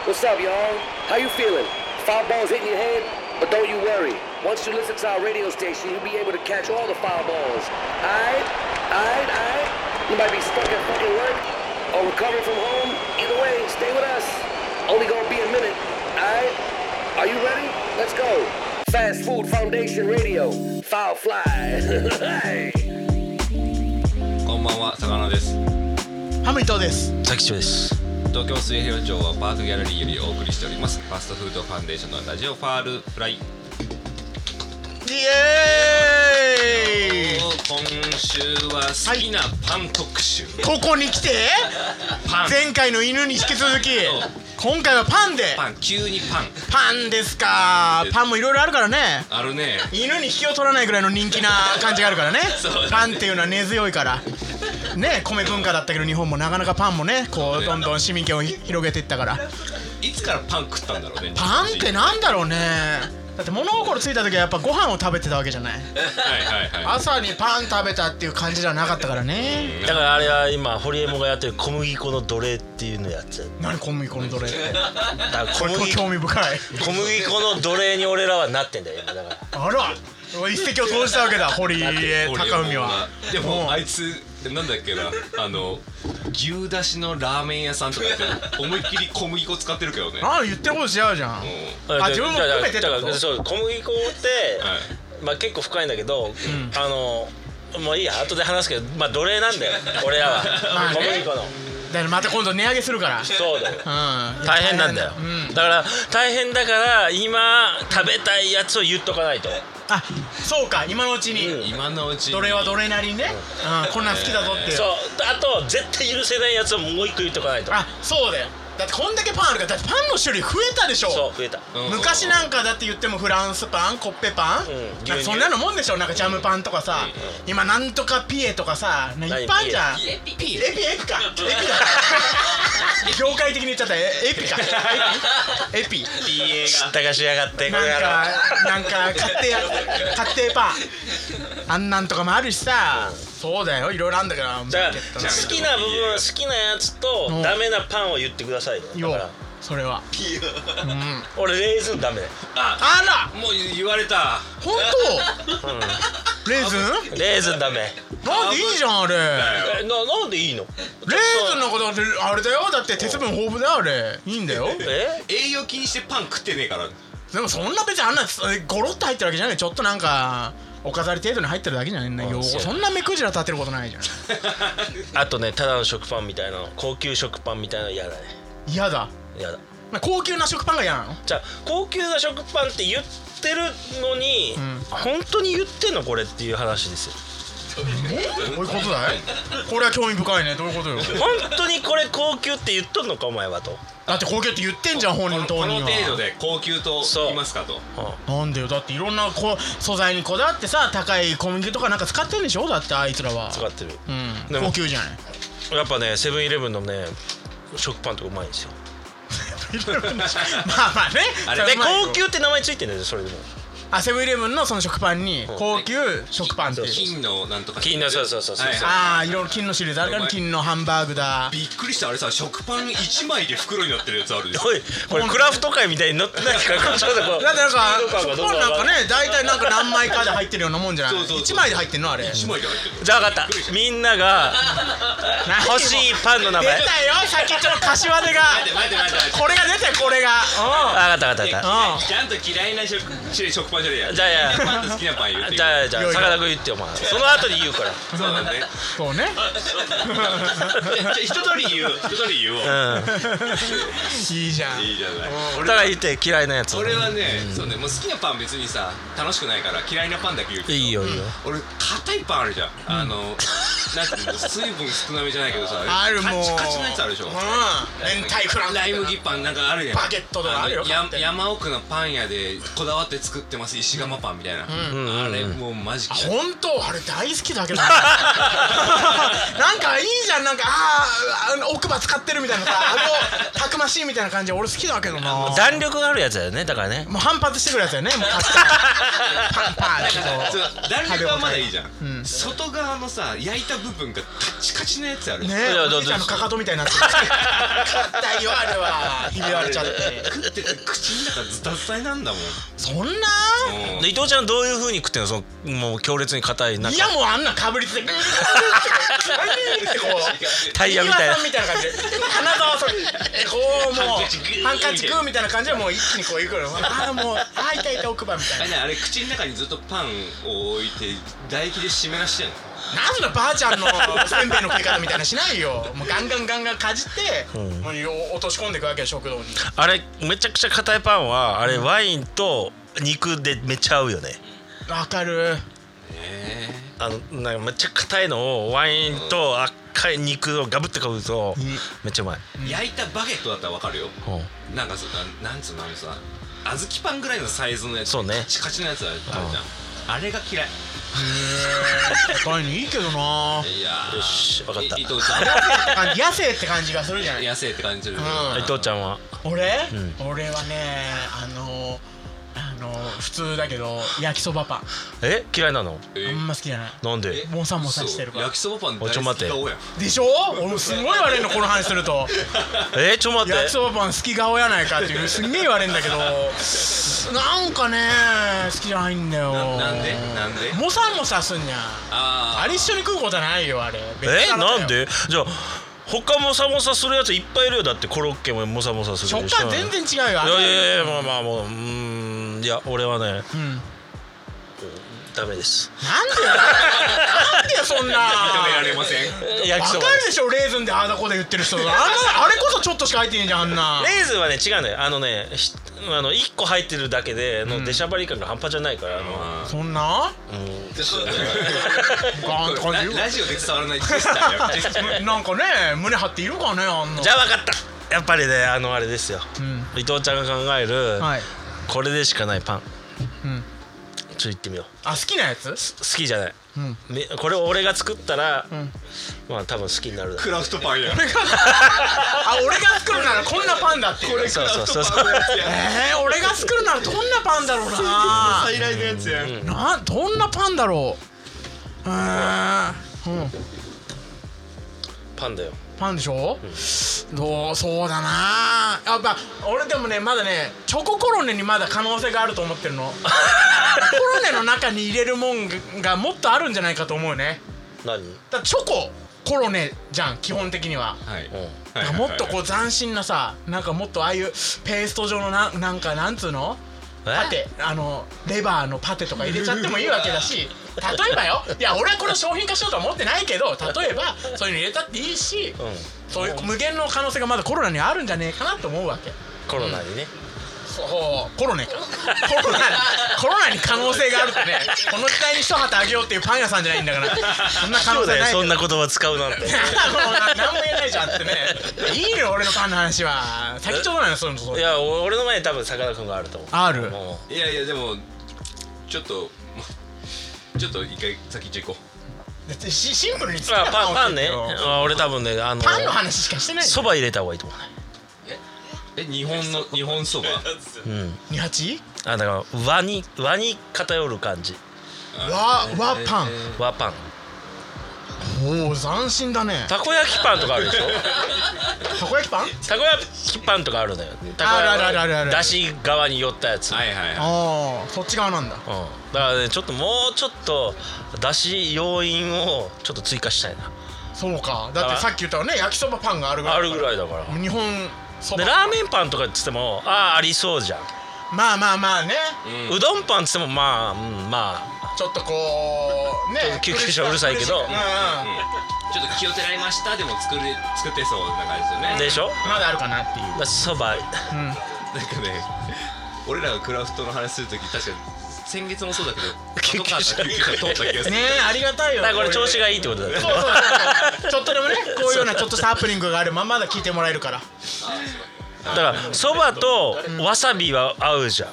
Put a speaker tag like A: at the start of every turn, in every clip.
A: What's up, y'all? How you feeling? Foul balls hitting your head? But don't you worry. Once you listen to our radio station, you'll be able to catch all the foul balls. Aight? Aight? Aight? You might be stuck at fucking work or recovering from home. Either way, stay with us. Only gonna be a minute. Aight? Are you ready? Let's go. Fast Food Foundation Radio. Foul fly. Hey.
B: こんばんは、坂野です。
C: ハム伊藤です。
D: 滝長です
B: 東京水平町はパークギャラリーよりお送りしております。ファストフードファンデーションのラジオファールフライ。
C: イエーイ。
B: 今週は好きなパン特集。
C: ここに来て
B: パン。
C: 前回の犬に引き続き
B: そう
C: 今回はパンで
B: パン、急にパン。
C: パンですかパンもいろいろあるからね
B: あるね。
C: 犬に引きを取らないぐらいの人気な感じがあるからね
B: そうだね
C: パンっていうのは根強いからね米文化だったけど日本もなかなかパンもねこうどんどん市民権を広げていったから
B: いつからパン食ったんだろうね。
C: パンってなんだろうねだって物心ついた時はやっぱご飯を食べてたわけじゃない
B: はいはいはい。
C: 朝にパン食べたっていう感じじゃなかったからね
D: だからあれは今ホリエモンがやってる小麦粉の奴隷っていうのやっちゃう
C: 何小麦粉のどれ
D: だから小
C: これ
D: 麦
C: 興味深い
D: 小麦粉の奴隷に俺らはなってんだよ今だから
C: あら一石を投じたわけだ堀江貴文は
B: で
C: うん
B: もあいつなんだっけなあの牛だしのラーメン屋さんとかやってる思いっきり小麦粉使ってるけどね
C: ああ言ってること違うじゃん
B: う
C: あ自分も含めてって
D: だ
C: こ
D: か
C: と
D: らだからそう小麦粉って、
B: んはい
D: まあ結構深いんだけど、あのもういいや後で話すけどまあ奴隷なん だよ俺ら
C: まあ
D: は
C: ね
D: 小麦粉の
C: だからまた今度値上げするからうん
D: そうだよ大変なんだよ、
C: うん
D: だから大変だから今食べたいやつを言っとかないと
C: あそうか今のうち
D: うん
C: に
B: 今のうちに
C: 奴隷は奴隷なりにねうんこんなん好きだぞっていう
D: そうあと絶対許せないやつをもう一個言っとかないと
C: あそうだよだってこんだけパンあるからだってパンの種類増えたでしょ
D: そう増えた
B: うん
C: 昔なんかだって言ってもフランスパンコッペパン、
D: うん
C: なんかそんなのもんでしょなんかジャムパンとかさ、今なんとかピエとかさねいっぱいあんじゃん
D: 何
C: エピエピエピかエピだ業界的に言っちゃったえエ ピかエピエピ
D: 知ったかしやがってこ
C: な
D: れ
C: ん
D: や
C: か
D: ろ
C: なんか家庭家庭パンあんなんとかもあるしさ、そうだよいろいろあんだから
D: だから
C: マーケットの
D: 好きな部分好きなやつと
C: うん
D: ダメなパンを言ってくださいよだか
C: よ
D: ら
C: それは、うん、あ
D: 俺レーズンダメだよ
B: あ
C: ら
B: もう言われた
C: 本当レーズン
D: レーズンダメ
C: なんでいいじゃんあれ
D: えななんでいいの
C: レーズンのことってあれだよだって鉄分豊富だよあれいいんだよ
D: え
B: 栄養気にしてパン食ってねえから
C: でもそんな別にあんなえゴロッと入ってるわけじゃないちょっとなんかお飾り程度に入ってるだけじゃないんだよ
D: そう
C: そんな目くじら立てることないじゃん
D: あとねただの食パンみたいなの高級食パンみたいなの嫌だね
C: 嫌だ
D: 嫌だ
C: 高級な食パンが嫌なの
D: じゃあ高級な食パンって言ってるのに、
C: ん
D: 本当に言ってんのこれっていう話ですよ
C: どういうことだいこれは興味深いねどういうことよ
D: 本当にこれ高級って言っとんのかお前はと、
C: だって高級って言ってんじゃん
B: こ
C: 本人
B: のこ
C: 当
B: の
C: 人
B: 程度
C: は
B: で高級と言いますかと
D: う
C: なんだよだっていろんなこ素材にこだわってさ高い小麦とかなんか使ってんでしょだってあいつらは
D: ん、使ってる
C: うん
D: でも
C: 高級じゃない
D: やっぱねセブンイレブンのね食パンとかうまいんですよ
C: まあまあね
B: あれ
C: そ
D: で
C: うまいよ
D: 高級って名前ついてんだよそれでも
C: あセブンイレブンのその食パンに
D: ん
C: 高級食パンっていう
B: 金のなんとか
D: 金のそうそうそうそう
B: はいはい
C: ああいろいろ金の種類だあるから金のハンバーグだ
B: びっくりしたあれさ食パン1枚で袋になってるやつあるでしょ
D: おいこれクラフト界みたいに乗ってないからちょっとこう
C: だってなんか
D: スピード感
C: 食
D: がどう
C: パンなんか
D: わかんない
C: ね大体なんか何枚かで入ってるようなもんじゃない
B: そうそうそう
C: 1枚で入ってんのあれ
B: 1枚で入ってる
D: じゃあ分かったみんなが欲しいパンの名
C: 出た
D: 前
C: よ先っちょの柏手が
B: 待って待って待って待って
C: これが出たよこれが
D: 分かった分かった分か
C: うん
D: った
B: ちゃんと嫌いな食食パンじゃねえや
D: じゃあいや
B: パンと好きなパン言う て
D: じゃあじゃ
C: いや
D: あ
C: いや
D: 坂田君言ってよお前その後に言うから
B: そうだね
C: そうね
B: じゃあ一通り言う一通り言おう
D: うん
C: いいじゃん
B: いいじゃない
D: だ
B: 俺
D: か
B: は
D: ら言って嫌いなやつ
B: 俺はねそうねもう好きなパン別にさ楽しくないから嫌いなパンだけ言うけ
D: い
B: ど
D: いよいいよ
B: 俺硬いパンあるじゃんあのなんていうの水分少なめじゃないけどさ
C: あるもう
B: カチカチのやつあるでしょ
C: うん明太フラン
B: ライ
C: ス
B: 麦パンなんかあるやん
C: バゲットとかあるよ
B: のや
C: 買って
B: 山奥のパン屋でこだわって作ってます石窯パンみたいな、
D: うんうん
B: あれもうマジ
C: あ
B: 嫌い
C: 本当あれ大好き だけどなんかいいじゃんなんかあーあの奥歯使ってるみたいなさあのたくましいみたいな感じ俺好きだけどなも
D: 弾力があるやつだよねだからね
C: う反発してくるやつだよねもうパッパンパンパンってこ
B: そう弾力はまだいいじゃん、
C: うん
B: 外側のさ焼いた部部分がカチカチなやつある
C: ね
D: いや
C: えおじいちゃんのかかとみたいに なってる硬いよあれはひび割れちゃって
B: 食ってて口の中ズタズタになんだもん
C: そんな
B: うん
D: で伊藤ちゃんどういう風に食ってんのそのもう強烈に硬い中
C: いやもうあんなかぶりつい てグーグーってこう
D: タイヤみたいな
C: 岩さんみたいな感じで花沢さんえこうも
B: ハン
C: う
B: カチグー
C: ハンカチグーみたいな感じでもう一気にこういくのああもうああ痛い痛い奥歯みたい
B: あ
C: な
B: れねあれ口の中にずっとパンを置いて唾液で湿らしてんの
C: なんだばあちゃんのせんべいの食い方みたいなしない よもうガンガンガンガンかじって、もう落とし込んでいくわけよ食堂に
D: あれめちゃくちゃ硬いパンはあれワインと肉でめっちゃ合うよね
C: わかる
D: あのなんかめっちゃ硬いのをワインと赤い肉をガブってかぶるとめっちゃうまい、
B: 焼いたバゲットだったらわかるよ
D: うん
B: なんかそななんつうのあのさ小豆パンぐらいのサイズのやつ
D: そうね
B: カチカチのやつあるあるじゃんあれが嫌い
C: 高いのいいけどない
B: やー
D: よしわかった
B: い伊藤ちゃ
C: あ野生って感じがするじゃなんい
B: 野生って感じる
C: うん
D: 伊藤ちゃんは
C: 俺、俺はねあのあの普通だけど焼きそばパン
D: え嫌いなの
B: え
C: あんま好きじゃない
D: なんで
C: モンサンモンサンしてるか
B: そ
C: ら
B: う焼きそばパン大
D: おちょ
B: 好
D: 待
B: き
D: て
B: 顔やん
C: でしょ俺もすごい言われんのこの話す ると
D: えちょ待っ
C: 焼き
D: て
C: そばパン好き顔やないかっていうすんげえ言われんだけどなんかね好きじゃないんだよ
B: ななんでなんで
C: モサモサすんじゃん
B: あ
C: あれ一緒に食うことないよあれ
D: え
C: 別腹だよ
D: なんでじゃあ他もさもさするやついっぱいいるよだってコロッケももさもさする
C: 食
D: でしょ
C: 感全然違うよあ
D: い
C: れ
D: やいやいやまあまあもううーんいや俺はね
C: うん
D: ダメです
C: なんでよなんでよそんな
B: あ認められません
C: わ
D: 焼き
C: か
D: そ
C: る
D: ばです
C: でしょレーズンでああだこうだ言ってる人あんなあれこそちょっとしか入ってねえじゃんあんな
D: レーズンはね違うのよあのねひあの1個入ってるだけでの出しゃばり感が半端じゃないから、あの
B: あ
C: そんな
B: ーでそうだよ
C: ガーンって感
B: ララジオで伝わらないジェスチャーやジェスチャ ー
C: じなんかね胸張っているかねあんな
D: じゃあ分かったやっぱりねあのあれですよ、
C: うん
D: 伊藤ちゃんが考える、
C: はい
D: これでしかないパン
C: うん
D: ちょっと行ってみよう
C: あ好きなやつ
D: 好きじゃない、
C: ん
D: めこれ俺が作ったら、まあ多分好きになるだろ
B: クラフトパンやん
C: あ俺が作るならこんなパンだっていう
D: うそうそうそ
B: クラ
D: う
B: フトパンのやつ やん
C: えー、俺が作るならどんなパンだろうな
B: 最大のやつやん
C: などんなパンだろううーんうん
D: パンだよ
C: パンでしょ、どうそうだなやっぱ俺でもねまだねチョココロネにまだ可能性があると思ってるのコロネの中に入れるもんがもっとあるんじゃないかと思うね
D: 何、
C: だからチョココロネじゃん基本的には
B: はい
D: うん
B: はい
C: もっとこう斬新なさなんかもっとああいうペースト状のななんかなんつうのパテあのレバーのパテとか入れちゃってもいいわけだ し例えばよいや俺はこれを商品化しようとは思ってないけど例えばそういうの入れたっていいし、
D: うん
C: そういう無限の可能性がまだコロナにはあるんじゃねえかなと思うわけ
D: コロナにね、
C: そうコロネかコロナコロナに可能性があるってねこの時代に一旗あげようっていうパン屋さんじゃないんだからそんな可
D: そ
C: 能
D: う
C: 性
D: だよ
C: ない
D: そんな言葉使うなんて
C: 何も言えないじゃんってねいいのよ俺のパンの話は先ちょうどなのそういうのそ
D: いやお俺の前に多分さかなクンがあると思う
C: ある
D: も
B: いやいやでもちょっとちょっと一回先行っち行こ
C: うしシンプルに
D: うまあパンパンね
C: うん
D: あ俺多分ねあの
C: パンの話しかしてない
D: そば入れた方がいいと思
B: うえ日本の日本 そば
D: うねうん
C: 二八
D: あだから和に和に偏る感じ
C: わわパン
D: 和パン
C: おお斬新だね
D: たこ焼きパンとかあるでしょ
C: たこ焼きパン
D: たこ焼きパンとかあるのよたこ
C: あるあるあるあるある
D: だし側に寄ったやつ、
B: はいはいはい
C: ああそっち側なんだ
D: うん、だからねちょっともうちょっとだし要因をちょっと追加したいな
C: そうかだってさっき言ったのね焼きそばパンがあるぐらい
D: あるぐらいだから
C: 日本そ
D: で
C: ば
D: ラーメンパンとかっつってもああありそうじゃん、
C: まあまあまあね
D: うどんパンっつってもまあ、うん、まあ
C: ちょっとこう
D: ちょっ
C: ね
D: と救急車うるさいけど
C: うんうん
B: ちょっと気をてらいましたでも作れ作ってそうな感じですよね
D: でしょ
C: まだあるかなって いう
D: だそば
C: うん
B: なんかね俺らがクラフトの話するとき確かに先月もそうだけど
D: 救急車
B: パトカーと救急車通った気がする
C: ねえありがたいよ
D: だからこれ調子
C: いい
D: がいいってことだよね
C: そうそうそうちょっとでもねこういうようなちょっとしたハプニングがあるままだ聞いてもらえるから
D: だからそばとわさびは合うじゃん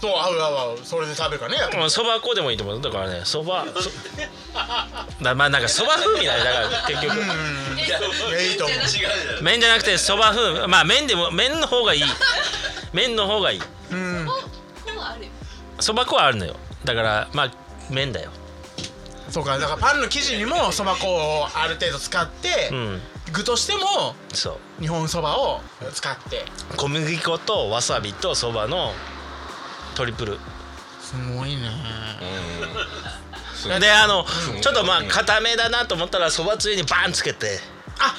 C: そう合う合う合うそれで食べるからね
D: もうそば粉でもいいと思うだからねそ ばそだまあなんかそば風味だねだから結局
C: いやいいと思う
D: 麺じゃなくてそば風味まあ麺でも麺の方がいい麺の方がいい
C: うん
E: でもあるよ
D: そば粉はあるのよだからまあ麺だよ
C: そうかだからパンの生地にもそば粉をある程度使って、
D: うん
C: 具としても
D: そう
C: 日本そばを使って
D: 小麦粉とわさびとそばのトリプル
C: すごいね
D: であの
B: うん
D: ちょっとまあ固めだなと思ったらそばつゆにバンつけて
C: あ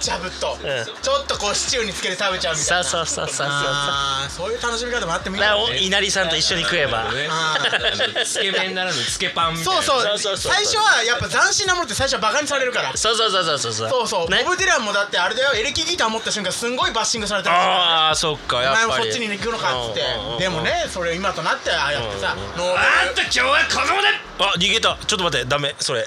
C: ジャブっと、
D: ん
C: ちょっとこうシチューにつけて食べちゃうみたい
D: さ
C: な
D: あさあさあさあ
C: あーそういう楽しみ方もあってもいい
D: だから
C: よ
D: お
C: ね
D: 稲荷さんと一緒に食えば
B: ね
C: あ
B: あのつけ麺ならぬつけパンみたい
C: そ
B: な
C: うそう
D: そうそうそう
C: 最初はやっぱ斬新なものって最初はバカにされるから
D: そうそうそうそうそう
C: そうそう、
D: ね
C: ボブ・ディランもだってあれだよエレキギター持った瞬間すんごいバッシングされたらしいから
D: ああそっか
C: お
D: や
C: 前
D: っ
C: も
D: ぱ
C: そっ
D: り
C: ちに行くのかっつってでもねそれ今となってああやってさ
D: うんうん
C: ノー
D: あんた今日はここまであ逃げたちょっと待ってダメそれ